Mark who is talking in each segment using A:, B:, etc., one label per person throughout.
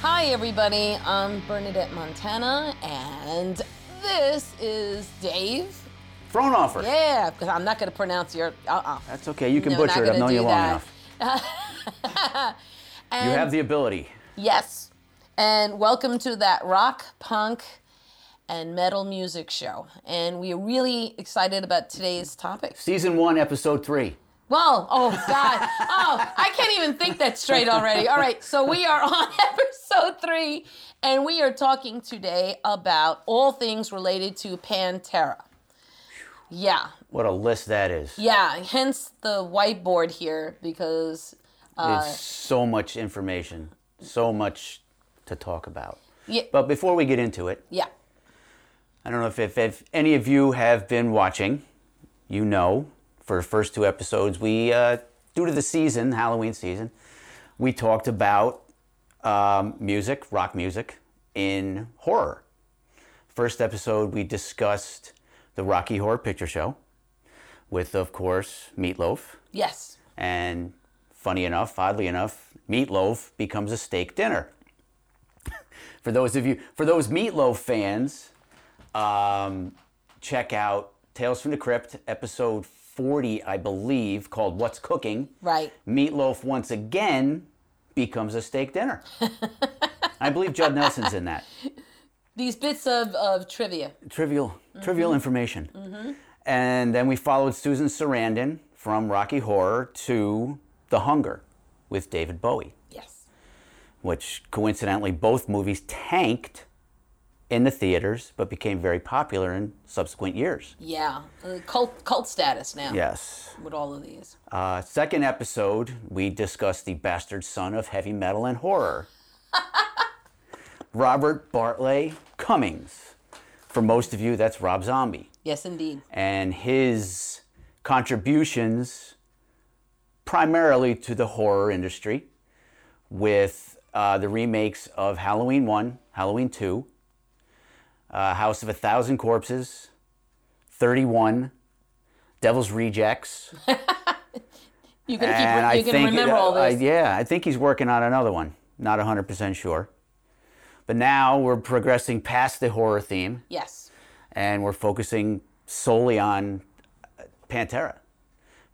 A: Hi, everybody. I'm Bernadette Montana, and this is Dave.
B: Fraunhofer.
A: Yeah, because I'm not going to pronounce your. Uh-uh.
B: That's okay. You can
A: No,
B: butcher
A: not
B: it.
A: gonna
B: I've known you
A: do
B: long
A: that.
B: enough.
A: And
B: You have the ability.
A: Yes. And welcome to that rock, punk, and metal music show. And we are really excited about today's topic.
B: Season one, episode three.
A: Well, oh God. Oh, I can't even think that straight already. All right, so we are on episode three, and we are talking today about all things related to Pantera. Yeah,
B: What a list that is.
A: yeah, hence the whiteboard here because
B: it's so much information, so much to talk about.
A: Yeah.
B: But before we get into it,
A: yeah.
B: I don't know if, if, if any of you have been watching, you know, for the first two episodes, we, uh, due to the season, Halloween season, we talked about um, music, rock music in horror. First episode, we discussed the Rocky Horror Picture Show with, of course, Meatloaf.
A: Yes.
B: And funny enough, oddly enough, meatloaf becomes a steak dinner. for those of you, for those meatloaf fans, um, check out Tales from the Crypt, episode 40, I believe, called What's Cooking.
A: Right.
B: Meatloaf once again becomes a steak dinner. I believe Judd Nelson's in that
A: These bits of, of trivia.
B: trivial trivial information. And then we followed Susan Sarandon from Rocky Horror to The Hunger with David Bowie,
A: Yes.
B: which coincidentally both movies tanked in the theaters but became very popular in subsequent years.
A: Yeah. Uh, cult cult status now
B: Yes.
A: with all of these.
B: Uh, second episode, we discussed the bastard son of heavy metal and horror, Robert Bartley Cummings. For most of you, that's Rob Zombie.
A: Yes, indeed.
B: and his contributions primarily to the horror industry with uh, the remakes of Halloween 1, Halloween 2, uh, House of a Thousand Corpses, 31, Devil's Rejects.
A: You're gonna keep.
B: And
A: Re-
B: I
A: you're gonna
B: think, uh,
A: remember all
B: I-
A: this.
B: yeah, I think he's working on another one. Not 100% sure. But now we're progressing past the horror theme
A: yes.
B: and we're focusing solely on uh, Pantera.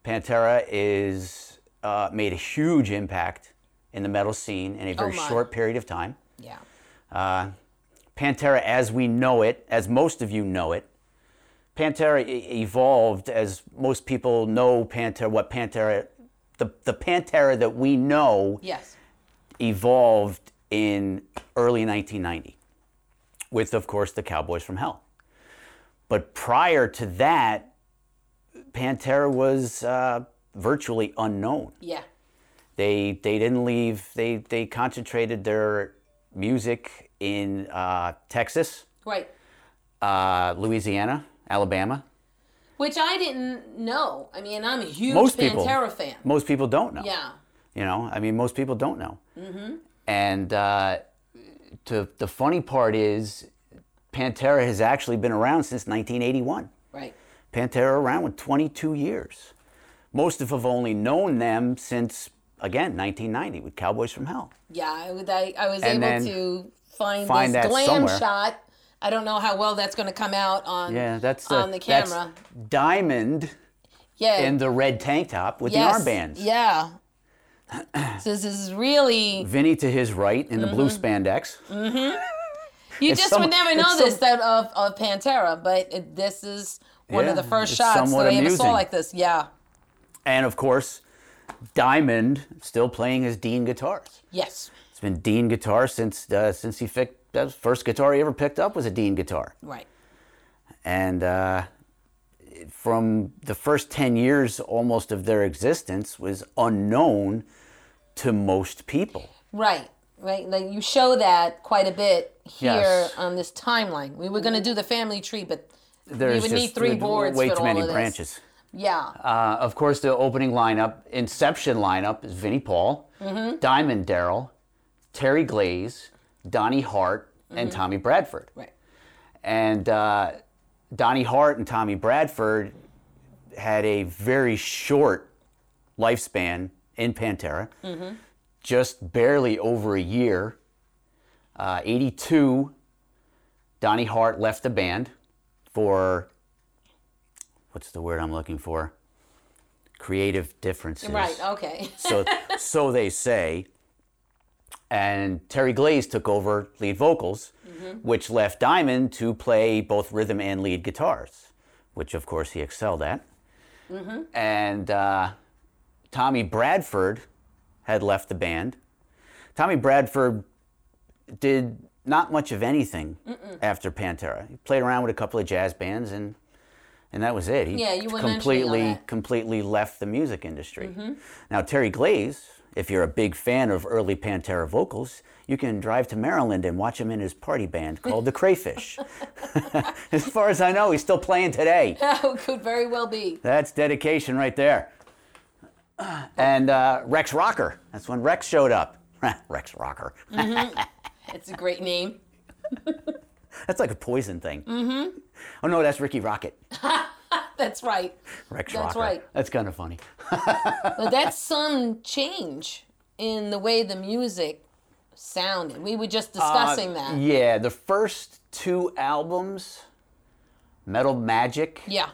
B: Pantera is uh, made a huge impact in the metal scene in a very
A: my.
B: short period of time.
A: Yeah.
B: Pantera, as we know it, as most of you know it, Pantera e- evolved as most people know Pantera. What Pantera, the the Pantera that we know
A: Yes.
B: evolved in early 1990 with, of course, the Cowboys from Hell. But prior to that, Pantera was uh, virtually unknown.
A: Yeah.
B: They, they didn't leave, they, they concentrated their music in uh, Texas,
A: Right.
B: uh, Louisiana, Alabama.
A: Which I didn't know. I mean, I'm a huge
B: Most people,
A: Pantera fan.
B: most people don't know.
A: Yeah.
B: You know, I mean, most people don't know.
A: Mm-hmm.
B: And uh, to, the funny part is, Pantera has actually been around since 1981.
A: Right.
B: Pantera around with 22 years. Most of have only known them since, again, 1990 with Cowboys from Hell.
A: Yeah. I was, I, I was
B: And
A: able
B: then
A: to find,
B: find
A: this
B: that
A: glam
B: somewhere.
A: shot. I don't know how well that's going to come out on
B: Yeah, that's
A: on the
B: that's
A: camera.
B: Diamond
A: yeah.
B: in the red tank top with
A: yes.
B: the armbands.
A: Yeah. so this is really
B: Vinny to his right in the blue
A: Mm-hmm.
B: spandex.
A: you
B: It's
A: just
B: some-
A: would never know
B: it's some-
A: this that of, of Pantera, but it, this is one of
B: Yeah,
A: the first
B: it's
A: shots that
B: somewhat
A: I ever saw
B: amusing.
A: like this. Yeah.
B: And of course, Diamond still playing his Dean guitars.
A: Yes.
B: It's been Dean guitar since uh, since he fic- the first guitar he ever picked up was a Dean guitar.
A: Right.
B: and uh, from the first 10 years almost of their existence was unknown to most people
A: Right, right. Like you show that quite a bit here
B: Yes.
A: on this timeline. We were going to do the family tree, but
B: there's
A: would need
B: just
A: three boards
B: way
A: for
B: too
A: all
B: many
A: of this.
B: branches
A: yeah,
B: uh, of course the opening lineup inception lineup is vinnie paul
A: Mm-hmm.
B: diamond daryl terry glaze donnie hart
A: Mm-hmm.
B: and tommy bradford
A: right.
B: and uh, Donnie Hart and Tommy Bradford had a very short lifespan in Pantera, just barely over a year, Uh, 82, Donnie Hart left the band for what's the word I'm looking for? Creative differences.
A: Right. Okay.
B: so, so they say. And Terry Glaze took over lead vocals, which left Diamond to play both rhythm and lead guitars, which of course he excelled at. And uh, Tommy Bradford had left the band. Tommy Bradford did not much of anything after Pantera. He played around with a couple of jazz bands and and that was it. He
A: Yeah, you were mentioning all
B: completely
A: that. Mm-hmm.
B: completely left the music industry. Now Terry Glaze, if you're a big fan of early Pantera vocals, you can drive to Maryland and watch him in his party band called the Crayfish. as far as I know, he's still playing today.
A: Could very well be.
B: That's dedication right there. And uh, Rex Rocker. That's when Rex showed up. Rex Rocker.
A: It's a great name.
B: That's like a poison thing. Mm-hmm. Oh no, that's Ricky Rocket.
A: That's right.
B: Rex
A: That's
B: Rocker.
A: right.
B: That's kind of funny.
A: But that's some change in the way the music sounded. We were
B: Ah,
A: just discussing that.
B: Yeah, the first two albums, Metal Magic,
A: Yeah.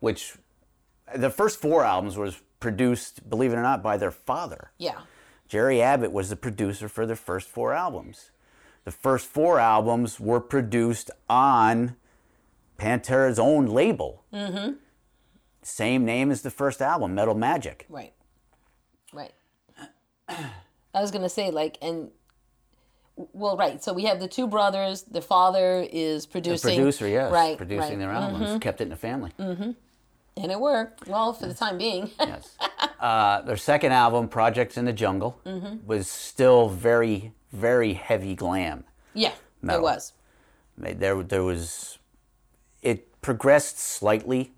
B: which the first four albums was produced, believe it or not, by their father.
A: Yeah.
B: Jerry Abbott was the producer for the first four albums. The first four albums were produced on Pantera's own label. Mm-hmm. Same name as the first album, Metal Magic.
A: Right. Right. I was gonna say like and well, right. So we have the two brothers. The father is producing.
B: Producer, yes,
A: Right.
B: producing
A: right. Mm-hmm.
B: their albums, kept it in the family.
A: And it worked. Well, for the time being.
B: Yes. Uh, their second album, Projects in the Jungle,
A: Mm-hmm.
B: was still very, very heavy glam.
A: yeah. It
B: Metal.
A: was.
B: There, there was, it progressed slightly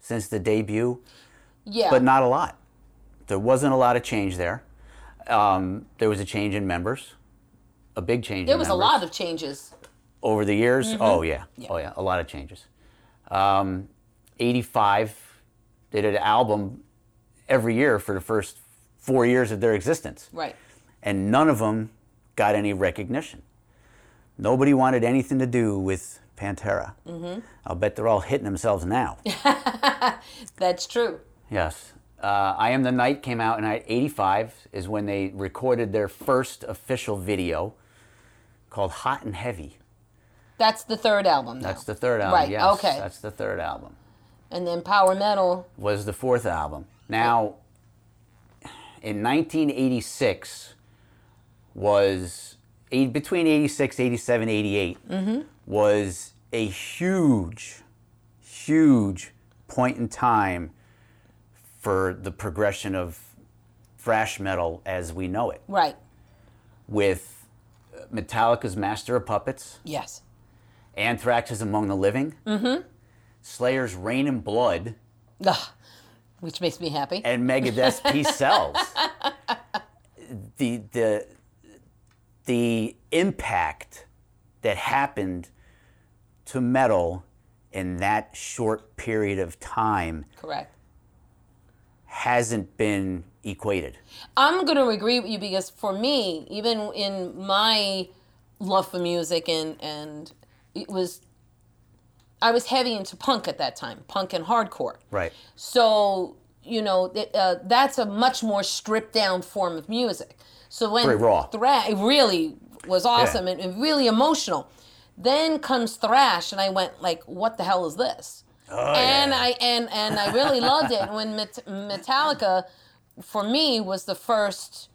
B: since the debut.
A: Yeah.
B: but not a lot. There wasn't a lot of change there. Um, there was a change in members, a big change.
A: there
B: in
A: was a
B: members.
A: lot Mm-hmm. of changes.
B: over the years. Oh yeah. oh yeah, a lot of changes. Um, Eighty-five, they did an album every year for the first four years of their existence,
A: Right.
B: and none of them got any recognition. Nobody wanted anything to do with Pantera.
A: Mm-hmm.
B: I'll bet they're all hitting themselves now.
A: That's true.
B: Yes. Uh, I Am the Night came out in 85 is when they recorded their first official video called Hot and Heavy.
A: That's the third album. Now.
B: That's the third album.
A: Right,
B: Yes,
A: okay.
B: That's the third album.
A: and then power metal.
B: Was the fourth album. Now, in 1986 was eight, between 86, 87, 88 was a huge, huge point in time for the progression of thrash metal as we know it,
A: Right.
B: with Metallica's Master of Puppets,
A: Yes.
B: Anthrax is Among the Living, Slayer's Rain and Blood,
A: Ugh. Which makes me happy.
B: and Megadeth's Peace Sells. The the the impact that happened to metal in that short period of time
A: Correct.
B: hasn't been equated.
A: I'm going to agree with you because for me, even in my love for music and and it was I was heavy into punk at that time, punk and hardcore.
B: Right.
A: So, you know, th- uh, that's a much more stripped down form of music. So when
B: Very raw.
A: thrash, it really was awesome and, and really emotional. Then comes thrash, and I went like, "What the hell is this?" and I and and I really loved it. And when Met- Metallica, for me, was the first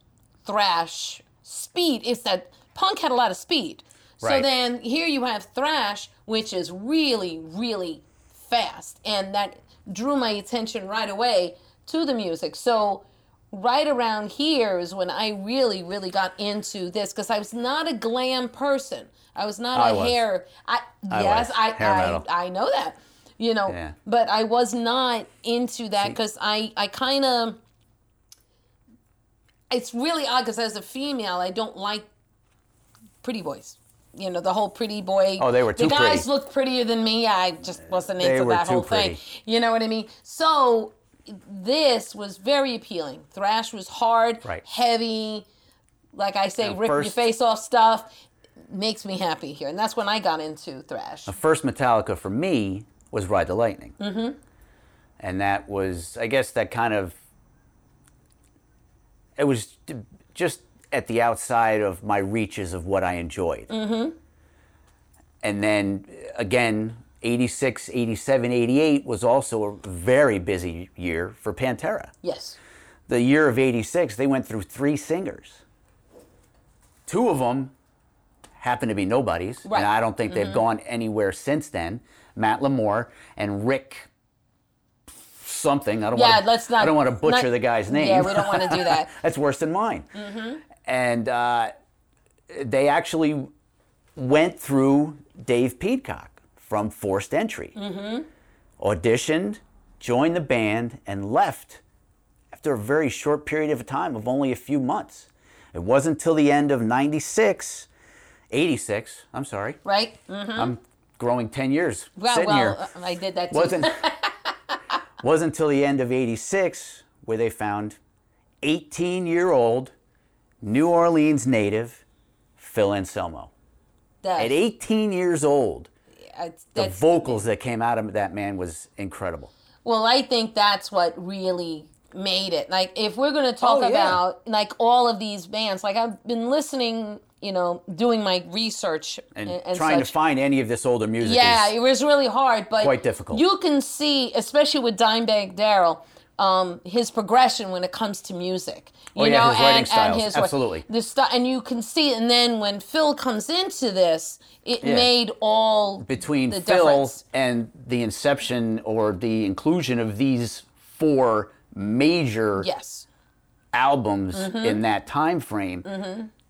A: thrash speed. It's that punk had a lot of speed. So
B: Right.
A: then here you have thrash, which is really, really fast, and that drew my attention right away to the music. So right around here is when I really, really got into this because I was not a glam person. I was not
B: I
A: a
B: was.
A: hair. I
B: I
A: yes,
B: was.
A: I
B: Hair metal.
A: I, I know that. You know,
B: Yeah.
A: but I was not into that because I I kind of it's really odd because as a female, I don't like pretty boys. You know, the whole pretty boy.
B: Oh, they were too
A: The guys
B: pretty.
A: looked prettier than me. I just wasn't
B: They
A: into
B: were
A: that
B: too
A: whole thing.
B: pretty.
A: You know what I mean? So this was very appealing. Thrash was hard,
B: Right.
A: heavy, like I say,
B: And
A: rip your
B: first-
A: face off stuff. makes me happy here. And that's when I got into thrash.
B: The first Metallica for me was Ride the Lightning. Mm-hmm. And that was, I guess, that kind of. It was d- just at the outside of my reaches of what I enjoyed. Mm-hmm. And then again, 86, 87, 88 was also a very busy year for Pantera.
A: Yes.
B: The year of 86, they went through three singers. Two of them happened to be nobodies,
A: Right. Mm-hmm.
B: and I don't think they've gone anywhere since then. Matt Lamore and Rick something. I don't
A: Yeah,
B: want
A: let's not.
B: I don't want to
A: not-
B: butcher the guy's name.
A: Yeah, we don't want to do that. Mm-hmm.
B: That's worse than mine. And uh, they actually went through Dave Peacock from Forced Entry,
A: Mm-hmm.
B: auditioned, joined the band, and left after a very short period of time of only a few months. It wasn't until the end of 96, 86, I'm sorry.
A: Right? Mm-hmm.
B: I'm growing 10 years
A: Well,
B: sitting
A: well,
B: here
A: uh, I did that too.
B: wasn't wasn't until the end of 86 where they found 18 year old New Orleans native Phil Anselmo.
A: That-
B: At 18 years old,
A: I-
B: the
A: that's-
B: vocals that came out of that man was incredible.
A: Well, I think that's what really made it. Like, if we're going to talk
B: Oh, yeah.
A: about like all of these bands, like I've been listening, you know, doing my research
B: And, trying to
A: such.
B: find any of this older music
A: Yeah,
B: is
A: it was really hard, but
B: quite difficult.
A: You can see, especially with Dimebag Daryl, um, his progression when it comes to music. You
B: Oh, yeah,
A: know,
B: his writing
A: and, and
B: styles,
A: his wor-
B: absolutely.
A: The stu- and you can see, and then when Phil comes into this, it
B: Yeah.
A: made all
B: between
A: the
B: Phil
A: difference.
B: and the inception or the inclusion of these four major
A: Yes,
B: albums in that time frame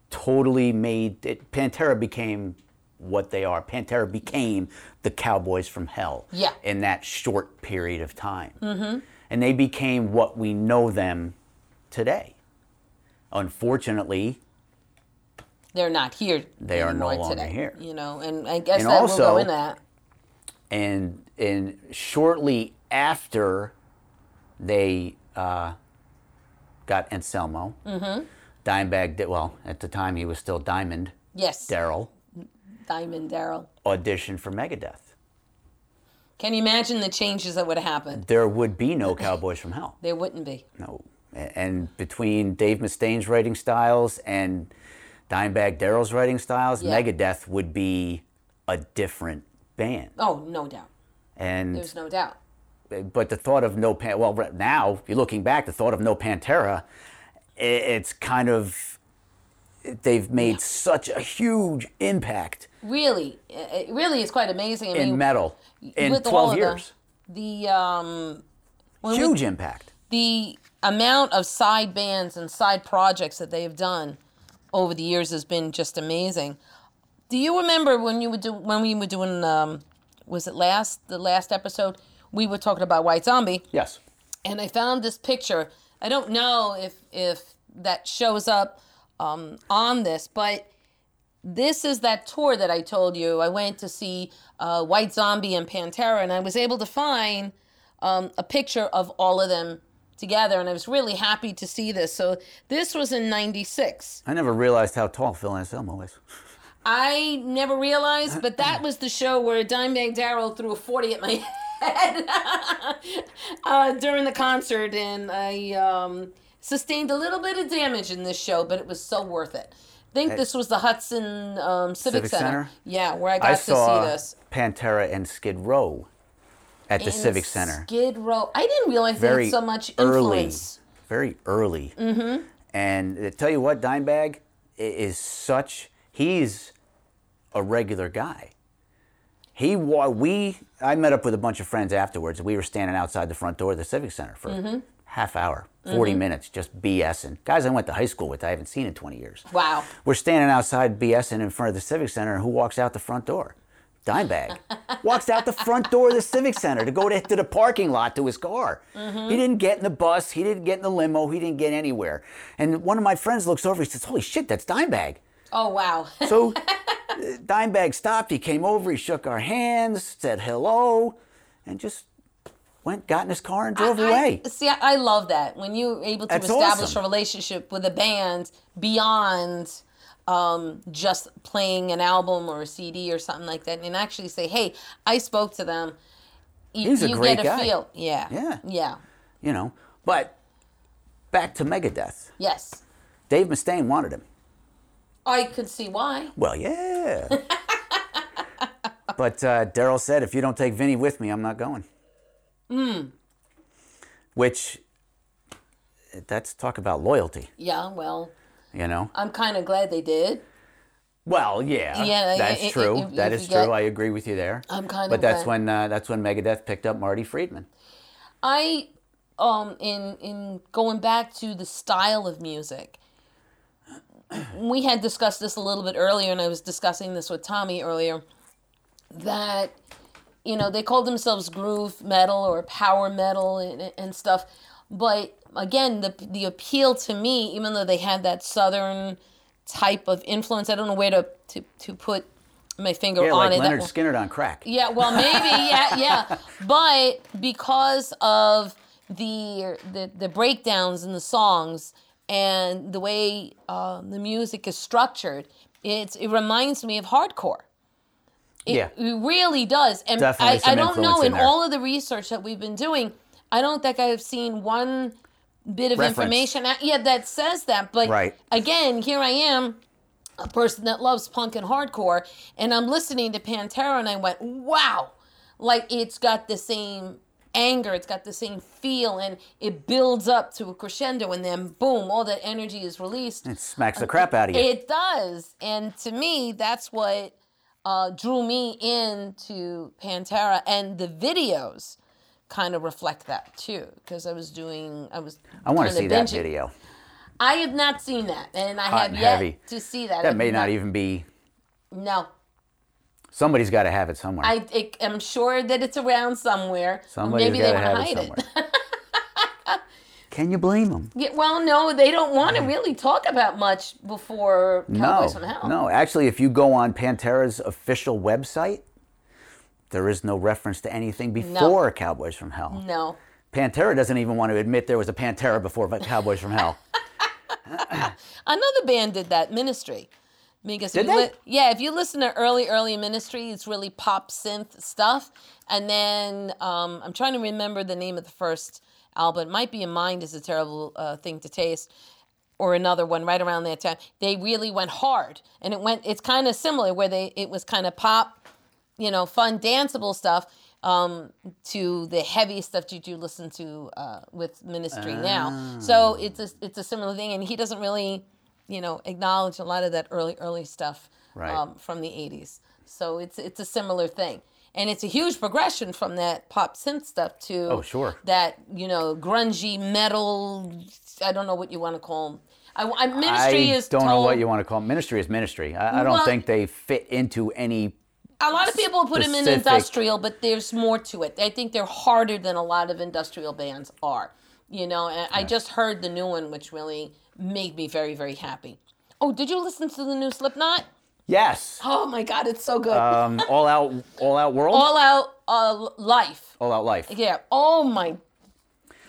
B: totally made it Pantera became what they are. Pantera became the Cowboys from Hell
A: Yeah.
B: in that short period of time. And they became what we know them today. Unfortunately,
A: they're not here.
B: They are no
A: anymore
B: longer
A: today,
B: here.
A: You know, and I guess
B: And
A: that will go
B: also-
A: in that.
B: and and shortly after they uh, got Anselmo, Dimebag did well at the time he was still Diamond
A: Yes,
B: Daryl.
A: Diamond Daryl.
B: audition for Megadeth.
A: Can you imagine the changes that would have happened?
B: There would be no Cowboys from Hell.
A: They wouldn't be.
B: No. A- And between Dave Mustaine's writing styles and Dimebag Daryl's writing styles,
A: Yeah.
B: Megadeth would be a different band.
A: Oh, no doubt.
B: And
A: There's no doubt.
B: but the thought of no pan well right now you're looking back the thought of no Pantera, i- it's kind of they've made such a huge impact
A: Really, eh, it it really is quite amazing. I mean,
B: in metal in
A: with all
B: 12
A: of
B: years.
A: The, the um,
B: Huge impact.
A: the amount of side bands and side projects that they've done over the years has been just amazing. Do you remember when you would do when we were doing um, was it last the last episode we were talking about White Zombie?
B: Yes.
A: and I found this picture. I don't know if if that shows up um, on this, but this is that tour that I told you. I went to see uh, White Zombie and Pantera, and I was able to find um, a picture of all of them together, and I was really happy to see this. So this was in '96.
B: I never realized how tall Phil Anselmo is.
A: I never realized, but
B: Uh-uh.
A: that was the show where Dimebag Daryl threw a 40 at my head uh, during the concert, and I um, sustained a little bit of damage in this show, but it was so worth it. I think this was the Hudson um, Civic,
B: Civic
A: Center.
B: Center?
A: Yeah, where I got
B: I
A: to
B: saw
A: see this.
B: Pantera and Skid Row at the
A: In
B: Civic Center.
A: Skid Row. I didn't realize they
B: Very
A: had so much
B: early.
A: influence.
B: Very early. Mm-hmm. And I tell you what, Dimebag i- is such. He's a regular guy. He wa- we I met up with a bunch of friends afterwards. We were standing outside the front door of the Civic Center for
A: Mm-hmm.
B: half hour, 40 minutes, just BSing. Guys I went to high school with, I haven't seen in 20 years.
A: Wow.
B: We're standing outside BSing in front of the Civic Center, and who walks out the front door? Dimebag walks out the front door of the Civic Center to go to, to the parking lot to his car. He didn't get in the bus, he didn't get in the limo, he didn't get anywhere. And one of my friends looks over, he says, Holy shit, that's Dimebag.
A: Oh, wow.
B: So uh, Dimebag stopped, he came over, he shook our hands, said hello, and just went, got in his car, and drove away.
A: I, see, I, I love that when you're able to
B: That's
A: establish
B: awesome.
A: a relationship with a band beyond um, just playing an album or a CD or something like that, and actually say, "Hey, I spoke to them." You,
B: He's a
A: you
B: great
A: get a
B: guy.
A: feel. Yeah.
B: Yeah.
A: Yeah.
B: you know. But back to Megadeth.
A: Yes.
B: Dave Mustaine wanted him.
A: I could see why.
B: Well, yeah. but uh, Daryl said, if you don't take Vinny with me, I'm not going. Mm.
A: Hmm.
B: Which, that's talk about loyalty,
A: Yeah. Well,
B: you know?
A: I'm kind of glad they did.
B: Well, yeah,
A: Yeah,
B: that's
A: i- i-
B: true.
A: if-
B: that
A: if
B: is
A: you get-
B: true. I agree with you there.
A: I'm kind
B: but
A: of
B: that's
A: glad.
B: when uh, that's when Megadeth picked up Marty Friedman.
A: I um in in going back to the style of music. We had discussed this a little bit earlier and I was discussing this with Tommy earlier that you know, they called themselves groove metal or power metal and, and stuff, but again, the the appeal to me even though they had that southern type of influence, I don't know where to to, to put my finger
B: Yeah,
A: on
B: like
A: it. That
B: Leonard
A: one-
B: Skinner on crack.
A: yeah, well, maybe, yeah, yeah. But because of the the, the breakdowns in the songs and the way uh, the music is structured, it's it reminds me of hardcore. It,
B: Yeah.
A: it really does. And
B: Definitely
A: I, I
B: some
A: don't know
B: influence
A: in
B: in there.
A: all of the research that we've been doing, I don't think I've seen one bit of
B: Reference.
A: information out- yeah that says that but
B: Right.
A: again here i am a person that loves punk and hardcore and i'm listening to pantera and i went wow like it's got the same anger it's got the same feel and it builds up to a crescendo and then boom all that energy is released
B: It smacks the crap out of you.
A: uh, it does and to me that's what uh, drew me into pantera and the videos kind of reflect that too because i was doing i was
B: I want to
A: kinda
B: see that
A: binging.
B: video.
A: I have not seen that, and I have
B: and
A: yet
B: heavy.
A: to see that.
B: That may not e-, even be.
A: No,
B: Somebody's got to have it somewhere.
A: I it, I'm sure that it's around somewhere.
B: Somebody's
A: Maybe they
B: got to
A: want to
B: have it
A: hide it.
B: somewhere. Can you blame them?
A: Yeah, well, no, they don't want to really talk about much before Cowboys from
B: Mm. no,
A: Hell.
B: no. Actually, if you go on Pantera's official website, there is no reference to anything before Cowboys from Hell.
A: no.
B: Pantera doesn't even want to admit there was a Pantera before Cowboys from Hell.
A: Another band did that, Ministry. Because
B: Did
A: if you
B: they?
A: yeah, if you listen to early, early Ministry, it's really pop synth stuff. And then um, I'm trying to remember the name of the first album. It might be in mind is a terrible uh, thing to taste, or another one right around that time. They really went hard, and it went. It's kind of similar where they it was kind of pop, you know, fun danceable stuff. Um, to the heavy stuff that you listen to uh, with ministry now, so
B: Ah.
A: it's a it's a similar thing, and he doesn't really you know, acknowledge a lot of that early, early stuff
B: Right.
A: um, from the '80s. So it's it's a similar thing, and it's a huge progression from that pop synth stuff to
B: Oh, sure.
A: that you know grungy metal. I don't know what you want to call them. I, I- ministry
B: I
A: is
B: don't
A: told,
B: know what you want to call it. Ministry is ministry. I, I don't
A: Well-
B: think they fit into any.
A: A lot of people put them in
B: specific-
A: industrial, but there's more to it. I think they're harder than a lot of industrial bands are. You know, and I just heard the new one, which really made me very, very happy. Oh, did you listen to the new Slipknot?
B: Yes.
A: Oh my God, it's so good.
B: Um, all out, all out world,
A: all
B: all,
A: out uh, life.
B: out life.
A: Yeah. Oh my.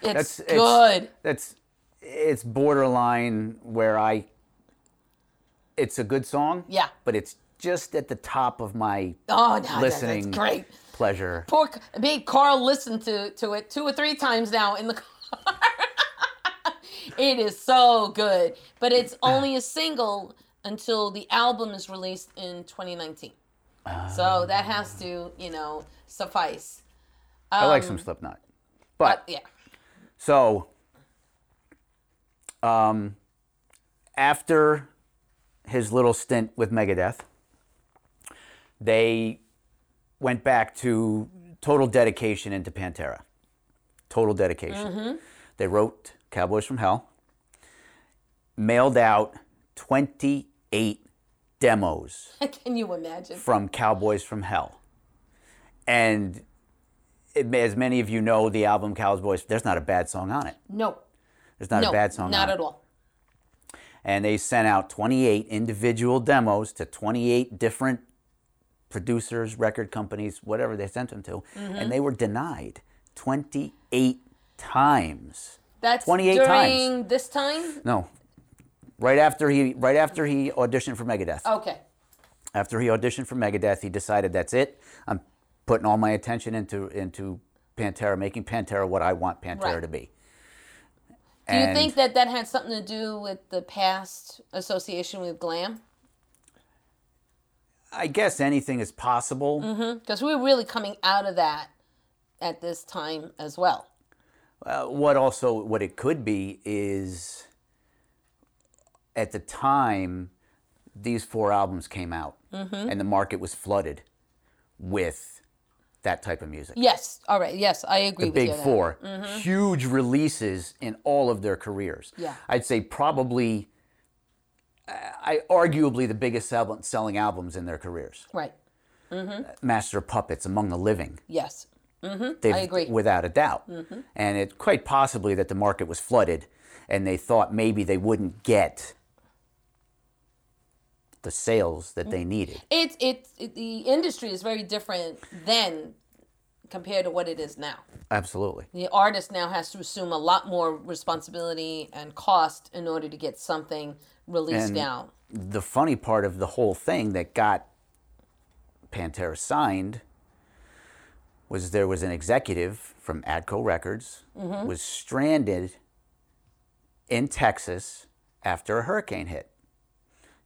A: It's
B: That's it's-
A: good.
B: that's it's borderline where I. It's a good song.
A: Yeah.
B: But it's just at the top of my
A: oh no, no,
B: listening
A: that's great.
B: pleasure.
A: Poor C- big Carl listened to to it two or three times now in the car. it is so good, but it's only a single until the album is released in 2019. so that has to, you know, suffice.
B: I like some Slipknot, but
A: Yeah.
B: so um, after his little stint with Megadeth, they went back to total dedication into Pantera. Total dedication. They wrote Cowboys from Hell, mailed out 28 demos
A: Can you imagine?
B: from Cowboys from Hell. And it, may- as many of you know, the album Cowboys, there's not a bad song on it.
A: No.
B: There's not
A: no.
B: a bad song
A: not
B: on
A: at
B: it.
A: all.
B: And they sent out 28 individual demos to 28 different producers, record companies, whatever they sent them to.
A: Mm-hmm.
B: And they were denied 28 times.
A: That's
B: 28
A: during
B: times.
A: this time?
B: No, Right after he right after he auditioned for Megadeth.
A: Okay.
B: After he auditioned for Megadeth, he decided that's it. I'm putting all my attention into into Pantera, making Pantera what I want Pantera
A: Right.
B: to be.
A: Do you think that that had something to do with the past association with glam?
B: I guess anything is possible.
A: Because we were really coming out of that at this time as well.
B: Uh, what also what it could be is at the time these four albums came out
A: Mm-hmm.
B: and the market was flooded with that type of music.
A: Yes. All right. Yes, I agree with
B: Big
A: you. on that. Mm-hmm.
B: 4 huge releases in all of their careers.
A: Yeah.
B: I'd say probably, I I- arguably the biggest album, selling albums in their careers.
A: Right.
B: Master of Puppets, Among the Living.
A: Yes.
B: They've,
A: agree.
B: Without a doubt. And it quite possibly that the market was flooded and they thought maybe they wouldn't get the sales that they needed.
A: It's it's it, the industry is very different then compared to what it is now.
B: Absolutely.
A: The artist now has to assume a lot more responsibility and cost in order to get something released
B: And-
A: down.
B: The funny part of the whole thing that got Pantera signed was there was an executive from Adco Records was stranded in Texas after a hurricane hit.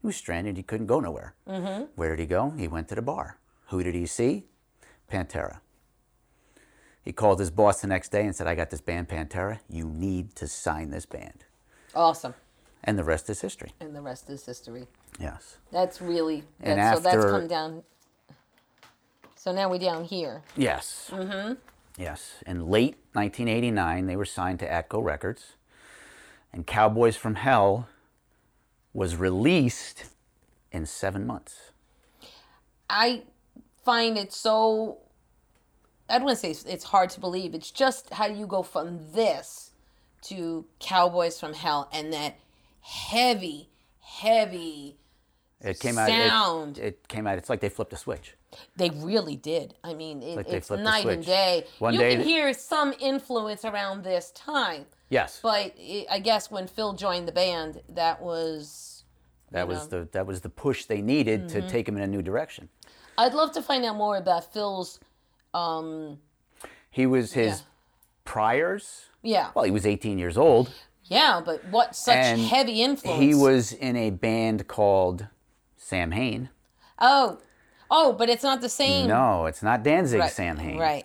B: He was stranded. He couldn't go nowhere. Where did he go? He went to the bar. Who did he see? Pantera. He called his boss the next day and said, "I got this band, Pantera. You need to sign this band."
A: Awesome.
B: And the rest is history.
A: And the rest is history.
B: Yes.
A: That's really
B: And
A: that's, so that's
B: after-
A: come down. So now we're down here.
B: Yes. Mm-hmm. Yes. In late 1989, they were signed to Atco Records, and Cowboys from Hell was released in seven months.
A: I find it so. I don't want to say it's- it's hard to believe. It's just how you go from this to Cowboys from Hell and that heavy, heavy.
B: It came out. it-
A: Sound.
B: It, came out. It's like they flipped a switch.
A: They really did. I mean, it,
B: Like they
A: it's
B: flipped the
A: night and
B: switch.
A: day.
B: One
A: you
B: day
A: can
B: th-
A: hear some influence around this time,
B: Yes.
A: but it, I guess when Phil joined the band, that was.
B: that was the that was the push they needed
A: Mm-hmm.
B: to take him in a new direction.
A: I'd love to find out more about Phil's. Um,
B: He was his
A: Yeah.
B: priors.
A: yeah,
B: Well, he was 18 years old.
A: yeah, but what such
B: And
A: heavy influence?
B: He was in a band called Sam Hain.
A: Oh, oh, but it's not the same.
B: No, it's not Danzig
A: Right,
B: Sam Hain.
A: Right.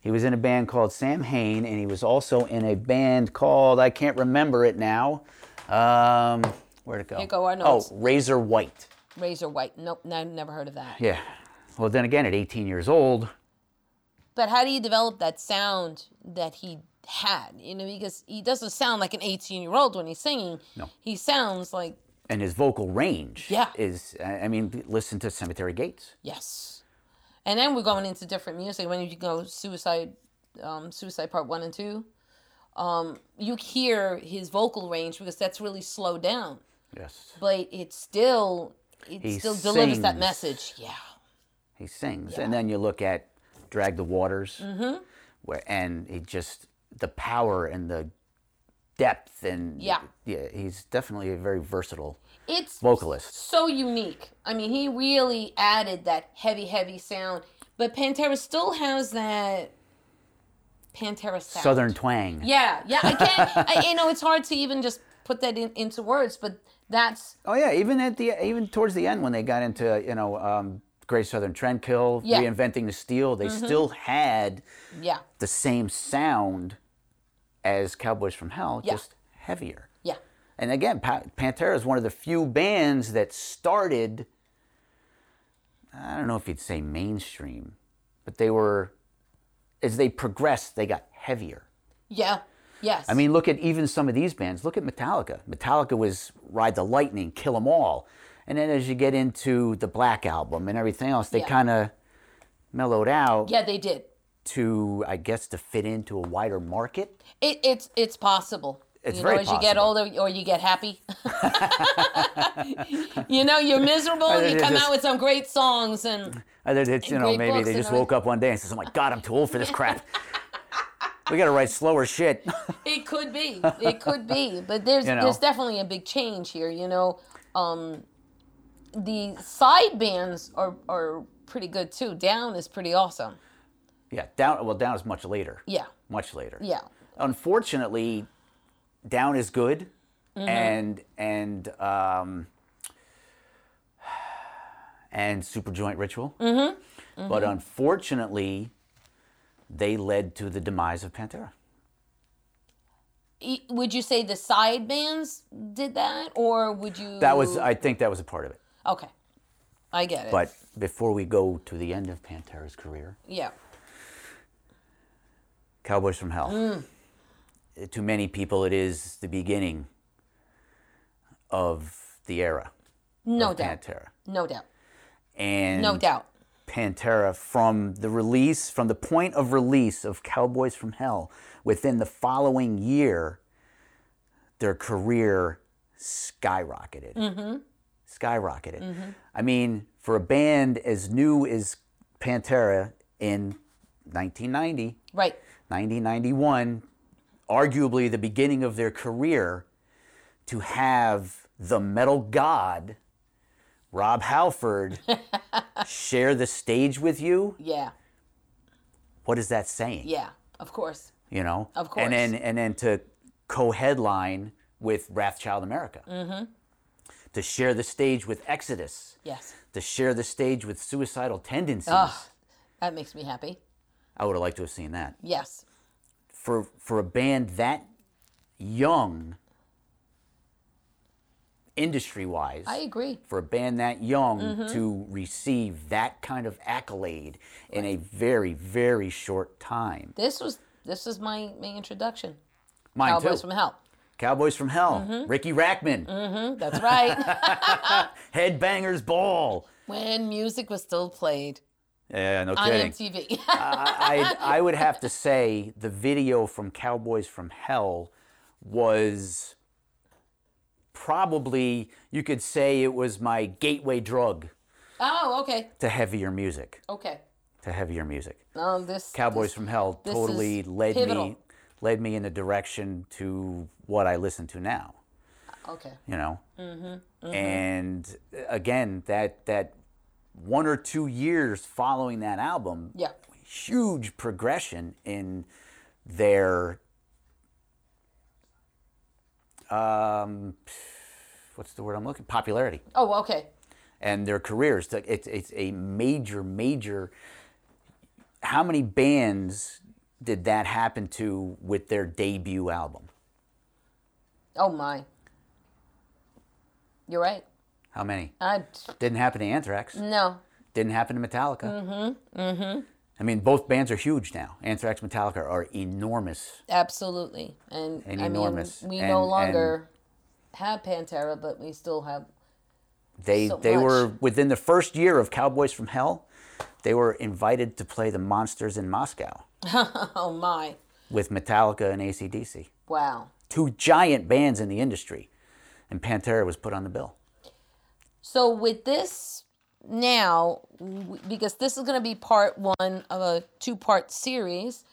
B: He was in a band called Sam Hain, and he was also in a band called I can't remember it now. Um, where'd it go?
A: go our notes.
B: Oh, Razor White.
A: Razor White. Nope, no, I've never heard of that.
B: Yeah. Well, then again, at 18 years old,
A: But how do you develop that sound that he had? You know, because he doesn't sound like an 18 year old when he's singing.
B: No.
A: He sounds like,
B: and his vocal range
A: Yeah.
B: is, I I mean, listen to Cemetery Gates.
A: yes. And then we're going into different music. When you go Suicide, um, Suicide Part 1 and 2, um, you hear his vocal range because that's really slowed down.
B: Yes.
A: But it still, it
B: He
A: still delivers that
B: sings.
A: message. Yeah.
B: He sings. And then you look at Drag the Waters,
A: Mm-hmm.
B: where, and he just, the power and the depth and
A: Yeah.
B: yeah, he's definitely a very versatile
A: It's
B: vocalist.
A: so unique. I mean, he really added that heavy, heavy sound. But Pantera still has that Pantera sound.
B: Southern twang.
A: Yeah, yeah. I can't. I, you know, it's hard to even just put that in, into words. But that's
B: Oh yeah, even at the even towards the end when they got into you know um, Great Southern Trendkill,
A: Yeah. Mm-hmm.
B: reinventing the steel, they still had
A: yeah,
B: the same sound as Cowboys from Hell,
A: Yeah.
B: just heavier.
A: yeah,
B: And again, pa- Pantera is one of the few bands that started. I don't know if you'd say mainstream, but they were, as they progressed, they got heavier.
A: yeah. Yes.
B: I mean, look at even some of these bands. Look at Metallica. Metallica was Ride the Lightning, Kill 'Em All, and then as you get into the Black album and everything else, they
A: Yeah.
B: kind of mellowed out
A: yeah, they did.
B: to, I guess, to fit into a wider market.
A: It, it's it's possible.
B: It's
A: you
B: very
A: know, as you get
B: possible.
A: older or you get happy. you know, you're miserable. You
B: it's
A: come
B: just-
A: out with some great songs and
B: Other than Uh, it's, you know,
A: great
B: maybe
A: books
B: they
A: and
B: just
A: everything.
B: woke up one day and says, "Oh my God, I'm too old for this crap." we got to write slower shit.
A: It could be. It could be. But there's
B: You know.
A: there's definitely a big change here. You know, um, the side bands are are pretty good too. Down is pretty awesome.
B: yeah, down. Well, down is much later.
A: Yeah.
B: Much later.
A: Yeah.
B: Unfortunately, down is good,
A: Mm-hmm.
B: and and um, and super joint ritual. Mm-hmm. But unfortunately, they led to the demise of Pantera.
A: E- Would you say the side bands did that, or would you?
B: That was, I think, that was a part of it.
A: okay. I get it.
B: But before we go to the end of Pantera's career,
A: yeah.
B: Cowboys from Hell.
A: Mm.
B: To many people, it is the beginning of the era
A: No
B: of
A: doubt.
B: Pantera.
A: No doubt.
B: And
A: No doubt.
B: Pantera, from the release, from the point of release of Cowboys from Hell, within the following year, their career skyrocketed. Skyrocketed. I mean, for a band as new as Pantera in 1990,
A: Right.
B: 1991, arguably the beginning of their career, to have the metal god, Rob Halford, share the stage with you,
A: Yeah.
B: what is that saying?
A: Yeah. Of course.
B: You know?
A: Of
B: And then,
A: course.
B: and then to co headline with Wrathchild America,
A: Mm-hmm.
B: to share the stage with Exodus,
A: Yes.
B: to share the stage with Suicidal Tendencies.
A: That makes me happy.
B: I would have liked to have seen that.
A: Yes.
B: for for a band that young industry wise
A: I Mm-hmm. agree.
B: for a band that young to receive that kind of accolade in a very very short time
A: This was this is my my introduction.
B: mine
A: Cowboys
B: too
A: from Mm-hmm. Mm. Hell.
B: cowboys from hell ricky rackman
A: That's right.
B: headbangers ball
A: when music was still played
B: yeah no
A: on
B: kidding
A: MTV.
B: I, I I would have to say the video from Cowboys from Hell was probably you could say it was my gateway drug
A: oh, okay.
B: to heavier music.
A: Okay.
B: To heavier music.
A: No, this
B: Cowboys from Hell
A: is
B: totally led me
A: pivotal.
B: led me in the direction to what I listen to now.
A: Okay.
B: you know
A: Mm-hmm,
B: and uh, again that that one or two years following that album
A: Yeah.
B: huge progression in their um what's the word i'm looking popularity
A: Oh, okay.
B: and their careers Like, it's it's a major major how many bands did that happen to with their debut album
A: Oh my. You're right.
B: how many
A: I
B: didn't happen to anthrax
A: no.
B: Didn't happen to Metallica. Mm-hmm. Mm-hmm. I mean, both bands are huge now. Anthrax, Metallica are enormous.
A: Absolutely. And, I
B: enormous.
A: mean we
B: And-
A: no
B: and-
A: longer have Pantera, but we still have
B: They
A: So
B: they
A: much.
B: were within the first year of Cowboys from Hell. They were invited to play the Monsters in Moscow
A: Oh my.
B: with Metallica and ACDC,
A: Wow.
B: two giant bands in the industry, and Pantera was put on the bill.
A: So with this now, w- because this is going to be part one of a two-part series,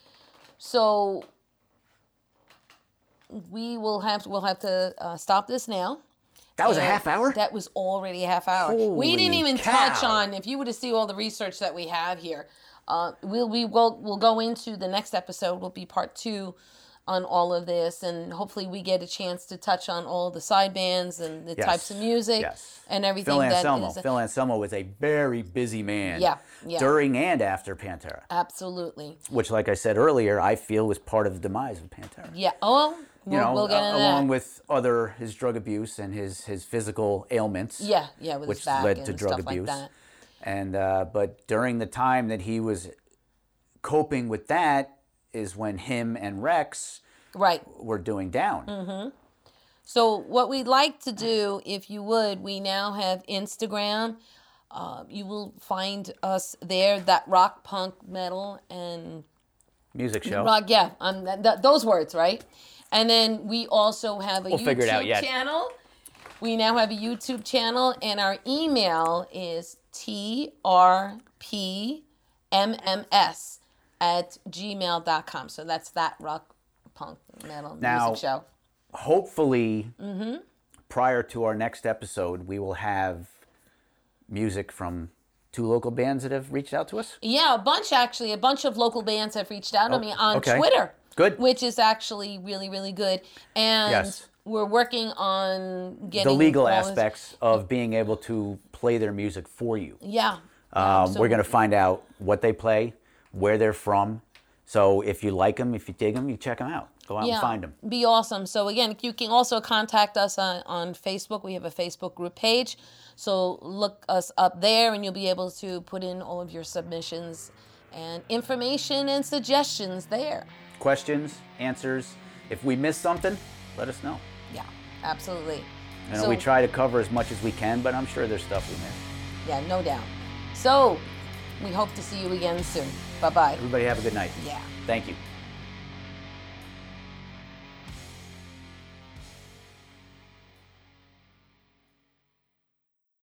A: so we will have we'll have to uh, stop this now.
B: That was a half hour.
A: That was already a half hour. we didn't
B: Holy
A: even
B: cow.
A: touch on if you were to see all the research that we have here. Uh, we'll we will we'll go into the next episode. Will be part two on all of this, and hopefully we get a chance to touch on all the side bands and the
B: Yes.
A: types of music
B: Yes.
A: and everything
B: Phil
A: that is.
B: Anselmo. Phil Anselmo was a very busy man.
A: Yeah, yeah.
B: During and after Pantera,
A: Absolutely.
B: which, like I said earlier, I feel was part of the demise of Pantera.
A: Yeah. Oh, we'll,
B: you know,
A: we'll get
B: a-
A: into
B: along
A: that.
B: with other his drug abuse and his his physical ailments.
A: yeah, yeah, with his
B: which
A: back
B: led
A: and
B: to drug
A: stuff
B: abuse.
A: like that.
B: And uh, but during the time that he was coping with that is when him and Rex
A: Right.
B: were doing down.
A: Mm-hmm. So what we'd like to do, if you would, we now have Instagram. Uh, you will find us there. That rock, punk, metal, and
B: Music show.
A: rock. Yeah, um, th- th- those words, right? And then we also have a
B: We'll figure
A: YouTube
B: it out yet.
A: channel. We now have a YouTube channel, and our email is trpmms at gmail.com. So that's that rock punk metal
B: Now-
A: music show.
B: Hopefully,
A: Mm-hmm.
B: prior to our next episode, we will have music from two local bands that have reached out to us.
A: Yeah, a bunch actually. A bunch of local bands have reached out to me on
B: Oh, okay.
A: Twitter.
B: Good.
A: Which is actually really, really good. And
B: Yes.
A: we're working on getting
B: The legal
A: all this-
B: aspects of being able to play their music for you.
A: Yeah.
B: Um,
A: so-
B: we're going to find out what they play, where they're from. So if you like them, if you dig them, you check them out. Go out and find them.
A: Be awesome. So again, you can also contact us on, on Facebook. We have a Facebook group page. So look us up there and you'll be able to put in all of your submissions and information and suggestions there.
B: Questions, answers. If we miss something, let us know.
A: Yeah, absolutely.
B: You know, we try to cover as much as we can, but I'm sure there's stuff we missed.
A: Yeah, no doubt. So we hope to see you again soon. Bye bye.
B: Everybody have a good night.
A: Yeah.
B: Thank you.